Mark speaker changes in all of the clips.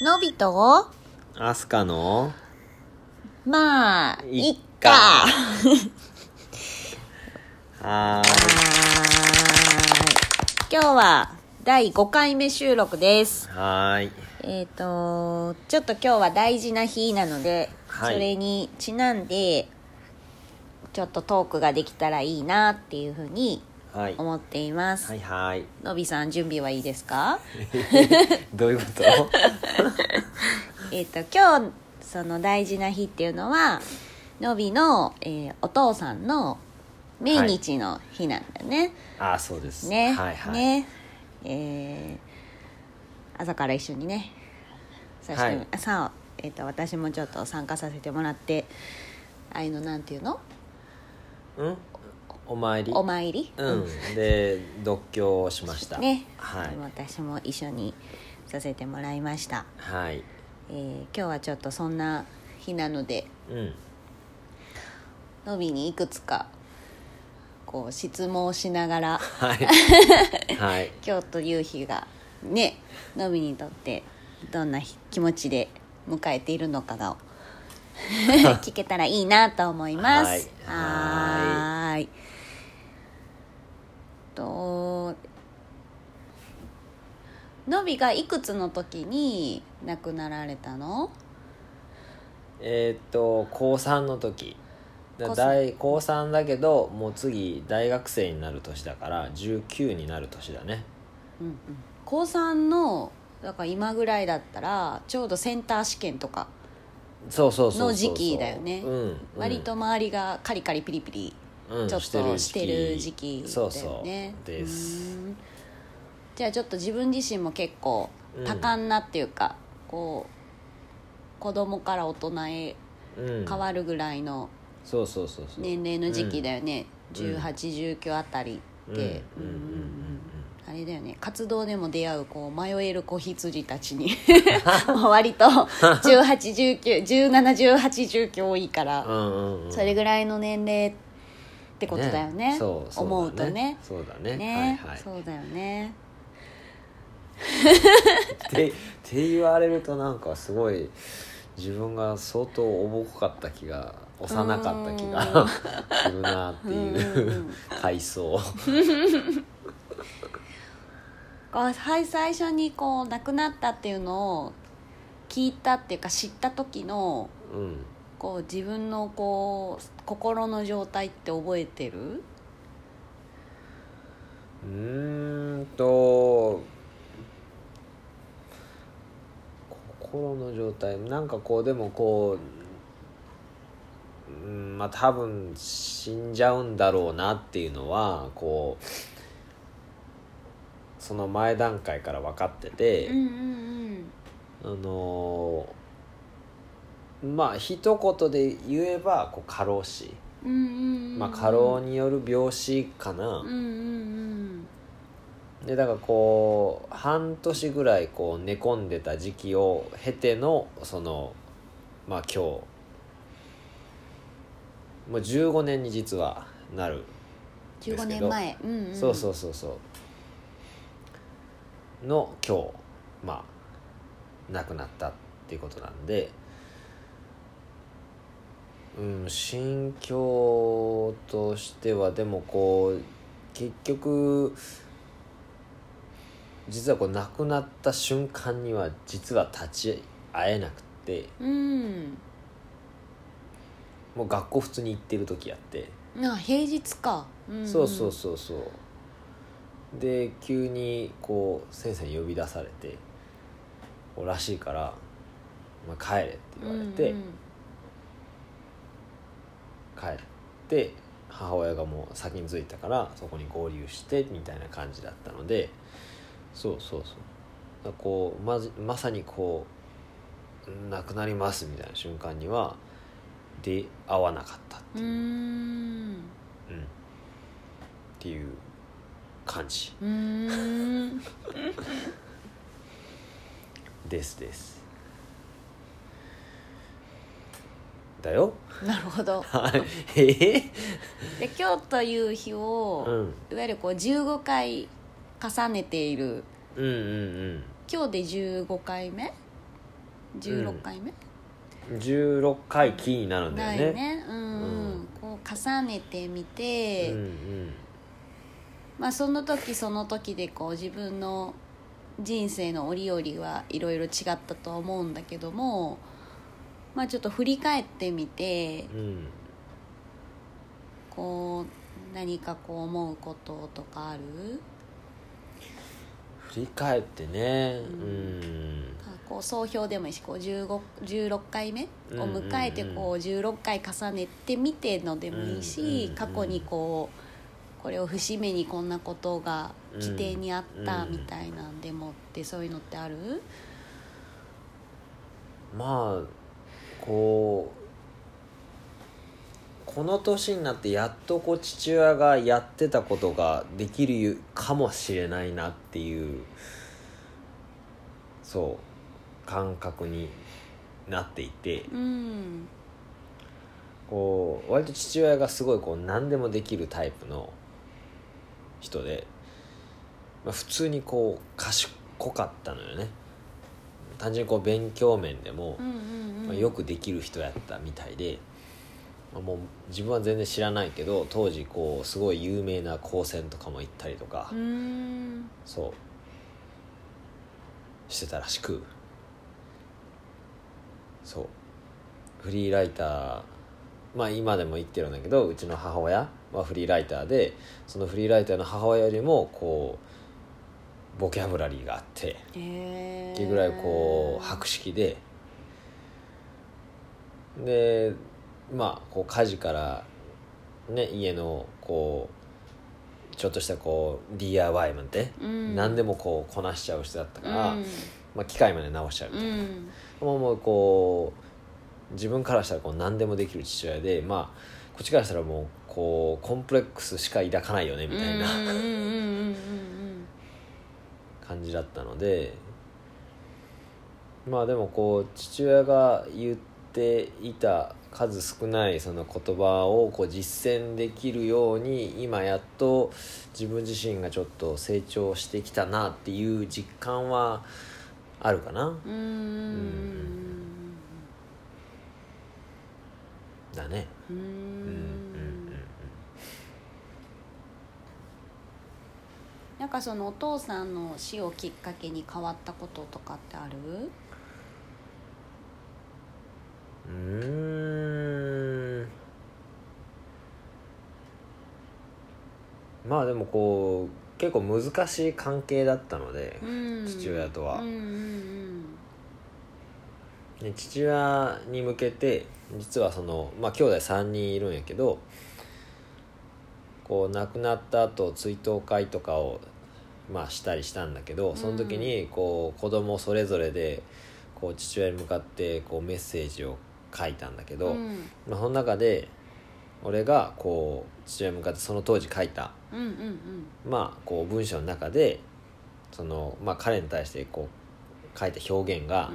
Speaker 1: のびとを、
Speaker 2: アスカの
Speaker 1: まあ、い
Speaker 2: いっ
Speaker 1: っ
Speaker 2: か
Speaker 1: か。
Speaker 2: は
Speaker 1: はーい今日は第5回目収録です。
Speaker 2: ーいはーい
Speaker 1: えっ、と、ちょっと今日は大事な日なので、
Speaker 2: はい
Speaker 1: それにちなんで、ちょっとトークができたらいいなっていうふうに
Speaker 2: はい
Speaker 1: 思っています。
Speaker 2: はいはい
Speaker 1: のびさん、準備はいいですか
Speaker 2: どういう こと
Speaker 1: えっ、と今日その大事な日っていうのはのびの、えーお父さんの命日の日なんだよね、
Speaker 2: あそうです
Speaker 1: ね、
Speaker 2: はいはい、
Speaker 1: ねえー朝から一緒にねさしても
Speaker 2: はい
Speaker 1: 朝をえっ、と私もちょっと参加させてもらってああいうのなんていうの
Speaker 2: うんお参り
Speaker 1: お参り、
Speaker 2: うんで読経をしました
Speaker 1: ね、
Speaker 2: はい
Speaker 1: 私も一緒にさせてもらいました、
Speaker 2: はい
Speaker 1: えー今日はちょっとそんな日なので
Speaker 2: うん
Speaker 1: のびにいくつかこう質問をしながら
Speaker 2: はいはい
Speaker 1: 今日という日がねのびにとってどんな日気持ちで迎えているのか が聞けたらいいなと思います。
Speaker 2: はい
Speaker 1: はーいとのびがいくつの時に亡くなられたの
Speaker 2: えーっと高3の時だ
Speaker 1: 高三
Speaker 2: 大高3だけどもう次大学生になる年だから19になる年だね
Speaker 1: うんうん、高3のだから今ぐらいだったらちょうどセンター試験とか
Speaker 2: そうそうそうそうそう
Speaker 1: の時期だよね
Speaker 2: うんうん、
Speaker 1: 割と周りがカリカリピリピリ
Speaker 2: うん
Speaker 1: ちょっとしてる時期だ
Speaker 2: そう
Speaker 1: よ
Speaker 2: そ
Speaker 1: ね、
Speaker 2: うです
Speaker 1: うんじゃあちょっと自分自身も結構
Speaker 2: うん
Speaker 1: 多感なっていうか、こう子供から大人へ
Speaker 2: 変
Speaker 1: 変わるぐらいの
Speaker 2: そうそうそうそう
Speaker 1: 年齢の時期だよね、
Speaker 2: うん
Speaker 1: 1819あたりって、
Speaker 2: うんうんうんうんうん
Speaker 1: あれだよね活動でも出会うこう迷える子羊たちに もう割と1819171819多いから、
Speaker 2: うんうんうん
Speaker 1: それぐらいの年齢ってことだよね
Speaker 2: そうそうだ
Speaker 1: 思うとね
Speaker 2: そうだね
Speaker 1: ね、
Speaker 2: はいはい
Speaker 1: そうだよね
Speaker 2: ってって言われるとなんかすごい自分が相当おぼこかった気が幼かった気
Speaker 1: う
Speaker 2: が するなって
Speaker 1: うんうんう
Speaker 2: いうん 回想
Speaker 1: あはい最初にこう亡くなったっていうのを聞いたっていうか知った時の
Speaker 2: うん
Speaker 1: こう自分のこう心の状態って覚えてる
Speaker 2: うーんと心の状態なんかこうでもこううんまあ多分死んじゃうんだろうなっていうのはこうその前段階から分かってて、
Speaker 1: うんうん
Speaker 2: あのーまあ一言で言えばこう過労死、
Speaker 1: うんうん
Speaker 2: まあ、過労による病死かな、
Speaker 1: うんうん
Speaker 2: でだからこう半年ぐらいこう寝込んでた時期を経てのそのまあ今日もう15年に実はなる、
Speaker 1: うん15年前うんうん
Speaker 2: そう
Speaker 1: う
Speaker 2: そうそうそうの今日まあ亡くなったっていうことなんでうん心境としてはでもこう結局実はこう亡くなった瞬間には実は立ち会えなくて
Speaker 1: うん
Speaker 2: もう学校普通に行ってる時やって。
Speaker 1: あ平日か、んん
Speaker 2: そうそうそうそうで急にこう先生に呼び出されて「おらしいから、まあ、帰れ」って言われて、
Speaker 1: うんうん
Speaker 2: 帰って母親がもう先に着いたからそこに合流してみたいな感じだったのでそうそうそうだからこうまじまさにこう「なくなります」みたいな瞬間には出会わなかったって
Speaker 1: う
Speaker 2: いう、
Speaker 1: ーん
Speaker 2: うんっていう感じ
Speaker 1: うーん
Speaker 2: ですですだよ
Speaker 1: なるほど
Speaker 2: はいええ
Speaker 1: で今日という日を、
Speaker 2: うん
Speaker 1: いわゆるこう15回重ねている
Speaker 2: うんうんうん
Speaker 1: 今日で15回目16回目、
Speaker 2: 16回期になるんだ
Speaker 1: だ
Speaker 2: よね
Speaker 1: よねうん、う
Speaker 2: うんん、
Speaker 1: こう重ねてみて、
Speaker 2: うん
Speaker 1: まあその時その時でこう自分の人生の折々はいろいろ違ったとは思うんだけどもまあちょっと振り返ってみて
Speaker 2: うんうん
Speaker 1: こう何かこう思うこととかある
Speaker 2: 振り返ってね
Speaker 1: う
Speaker 2: うんん、
Speaker 1: あこう総評でもいいしこう15 16回目を迎えて
Speaker 2: うんうんうん
Speaker 1: こう16回重ねてみてのでもいい
Speaker 2: うんうん
Speaker 1: し
Speaker 2: うん
Speaker 1: 過去にこうこれを節目にこんなことが規定にあった
Speaker 2: うん
Speaker 1: みたいなんでもってそういうのってある
Speaker 2: まあこうこの年になってやっとこう父親がやってたことができるかもしれないなっていうそう感覚になっていて、
Speaker 1: うん
Speaker 2: こう割と父親がすごいこう何でもできるタイプの人で、まあ、普通にこう賢かったのよね単純にこう勉強面でも
Speaker 1: う、んうんう
Speaker 2: まあ、
Speaker 1: ん
Speaker 2: よくできる人やったみたいで、まあもう自分は全然知らないけど当時こうすごい有名な高専とかも行ったりとか、
Speaker 1: うーん
Speaker 2: そうしてたらしくそうフリーライターまあ今でも言ってるんだけどうちの母親はフリーライターでそのフリーライターの母親よりもこうボキャブラリーがあって
Speaker 1: へ
Speaker 2: っ
Speaker 1: え
Speaker 2: ていうぐらいこう博識ででまあこう家事から、ね、家のこうちょっとしたこう DIY なんて
Speaker 1: うん
Speaker 2: 何でもこうこなしちゃう人だったから、
Speaker 1: うん
Speaker 2: まあ、機械まで直しちゃうみ
Speaker 1: う
Speaker 2: たいな、
Speaker 1: ん
Speaker 2: もうもうこう自分からしたらこう何でもできる父親でまあこっちからしたらもうこうコンプレックスしか抱かないよねみたいな
Speaker 1: うんうんうんうん
Speaker 2: 感じだったのでまあでもこう父親が言っていた数少ないその言葉をこう実践できるように今やっと自分自身がちょっと成長してきたなっていう実感はあるかな
Speaker 1: うんうんうんうん
Speaker 2: だね
Speaker 1: うーん
Speaker 2: うんうん
Speaker 1: なんかそのお父さんの死をきっかけに変わったこととかってある
Speaker 2: うんうんうーんまあでもこう結構難しい関係だったので、
Speaker 1: うん
Speaker 2: 父親とは
Speaker 1: うんうん
Speaker 2: で父親に向けて実はそのまあ兄弟3人いるんやけどこう亡くなった後追悼会とかをまあしたりしたんだけどその時にこう子供それぞれでこう父親に向かってこうメッセージを書いたんだけ
Speaker 1: う
Speaker 2: ど、
Speaker 1: ん
Speaker 2: まあ、その中で俺がこう父親に向かってその当時書いた
Speaker 1: うんうんうん
Speaker 2: まあ、こう文章の中でその、まあ、彼に対してこう書いた表現が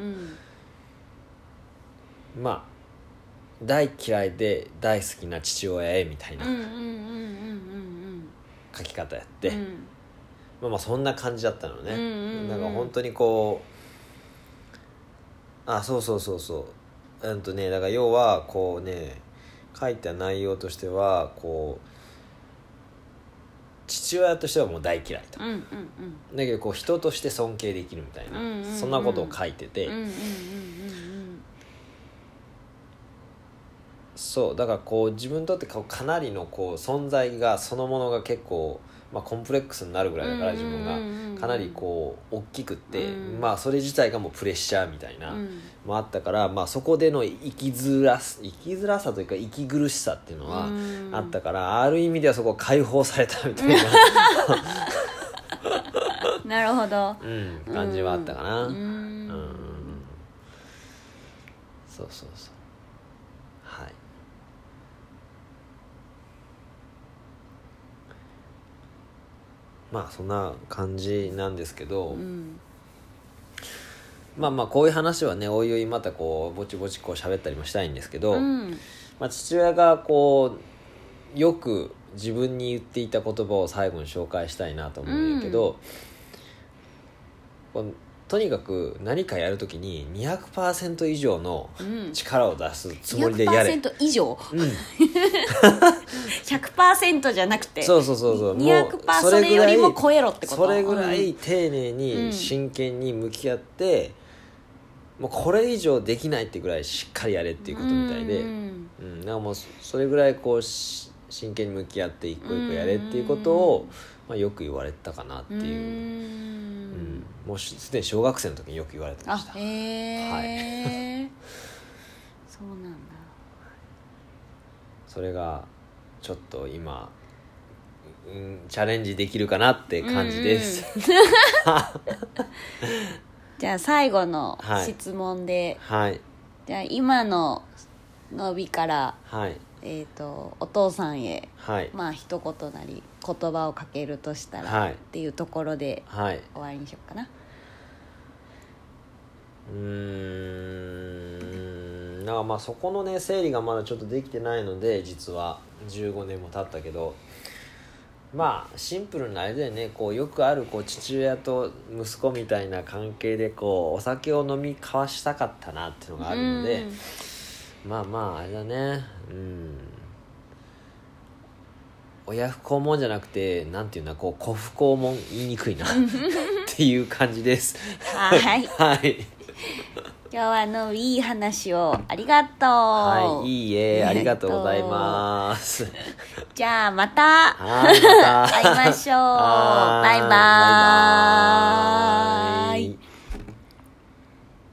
Speaker 1: う、ん
Speaker 2: まあ大嫌いで大好きな父親へみたいな
Speaker 1: うんうんうんうんうん
Speaker 2: 書き方やっ
Speaker 1: う
Speaker 2: て、
Speaker 1: ん
Speaker 2: まあまあそんな感じだったのね、
Speaker 1: うんうんうん
Speaker 2: なんか本当にこうあそうそうそうそううんとねだから要はこうね書いた内容としてはこう父親としてはもう大嫌いと
Speaker 1: うんうんうんうん
Speaker 2: だけどこう人として尊敬できるみたいな、
Speaker 1: うんうんうん
Speaker 2: そんなことを書いてて、
Speaker 1: うんうんうん
Speaker 2: そうだからこう自分にとってこうかなりのこう存在がそのものが結構、まあ、コンプレックスになるぐらいだから
Speaker 1: うんう
Speaker 2: 自
Speaker 1: んうんうん
Speaker 2: 分がかなりこう大きくって、
Speaker 1: うん
Speaker 2: まあそれ自体がもうプレッシャーみたいな、
Speaker 1: うんうん
Speaker 2: もあったから、まあ、そこでの生きづらす生きづらさというか息苦しさっていうのは
Speaker 1: うん
Speaker 2: あったから、ある意味ではそこ解放されたみたいな、
Speaker 1: なるほど
Speaker 2: うん感じはあったかな。
Speaker 1: うん
Speaker 2: うんうんうんそうそうそうはいまあそんな感じなんですけど、
Speaker 1: うん
Speaker 2: まあまあこういう話はねおいおいまたこうぼちぼちこう喋ったりもしたいんですけど、
Speaker 1: うん
Speaker 2: まあ、父親がこうよく自分に言っていた言葉を最後に紹介したいなと思うんやけど、こうとにかく何かやるときに200%以上の
Speaker 1: うん
Speaker 2: 力を出すつもりでやれ、
Speaker 1: 100%以上
Speaker 2: うん、
Speaker 1: 100%じゃなくて
Speaker 2: そうそうそうそうもう
Speaker 1: 200%それよりも超えろってこと
Speaker 2: それぐら
Speaker 1: う
Speaker 2: い
Speaker 1: ん
Speaker 2: 丁寧
Speaker 1: うん
Speaker 2: に真剣に向き合って、もうこれ以上できないってぐらいしっかりやれっていうことみたいで、
Speaker 1: う
Speaker 2: うん
Speaker 1: ん
Speaker 2: なんかもうそそれぐらいこうし真剣に向き合って一個一個やれっていうことを、まあ、よく言われたかなって
Speaker 1: うん
Speaker 2: いう、うんもうしすでに小学生の時によく言われてまし
Speaker 1: あ
Speaker 2: た
Speaker 1: へえ、そうなんだ
Speaker 2: それがちょっと今、うん、チャレンジできるかなって感じです、
Speaker 1: じゃあ最後の
Speaker 2: はい
Speaker 1: 質問で、
Speaker 2: はい
Speaker 1: じゃあ今の伸びから、
Speaker 2: はい
Speaker 1: えー、とお父さんへ
Speaker 2: はい
Speaker 1: まあ一言なり言葉をかけるとしたら、
Speaker 2: はい
Speaker 1: っていうところで
Speaker 2: はい
Speaker 1: 終わりにしようかな
Speaker 2: うーんだからまあそこのね整理がまだちょっとできてないので実は15年も経ったけどまあシンプルなあれだよねこうよくあるこう父親と息子みたいな関係でこうお酒を飲み交わしたかったなっていうのがあるので、まあまああれだねうん親不孝もんじゃなくてなんていうんだこう子不孝もん言いにくいなっていう感じです
Speaker 1: はい
Speaker 2: はい
Speaker 1: 今日はのいい話をありがとう、
Speaker 2: はい、いいえ、ありがとうございます。
Speaker 1: じゃあまた
Speaker 2: はい、また
Speaker 1: 会いましょうバイバーイ
Speaker 2: はーい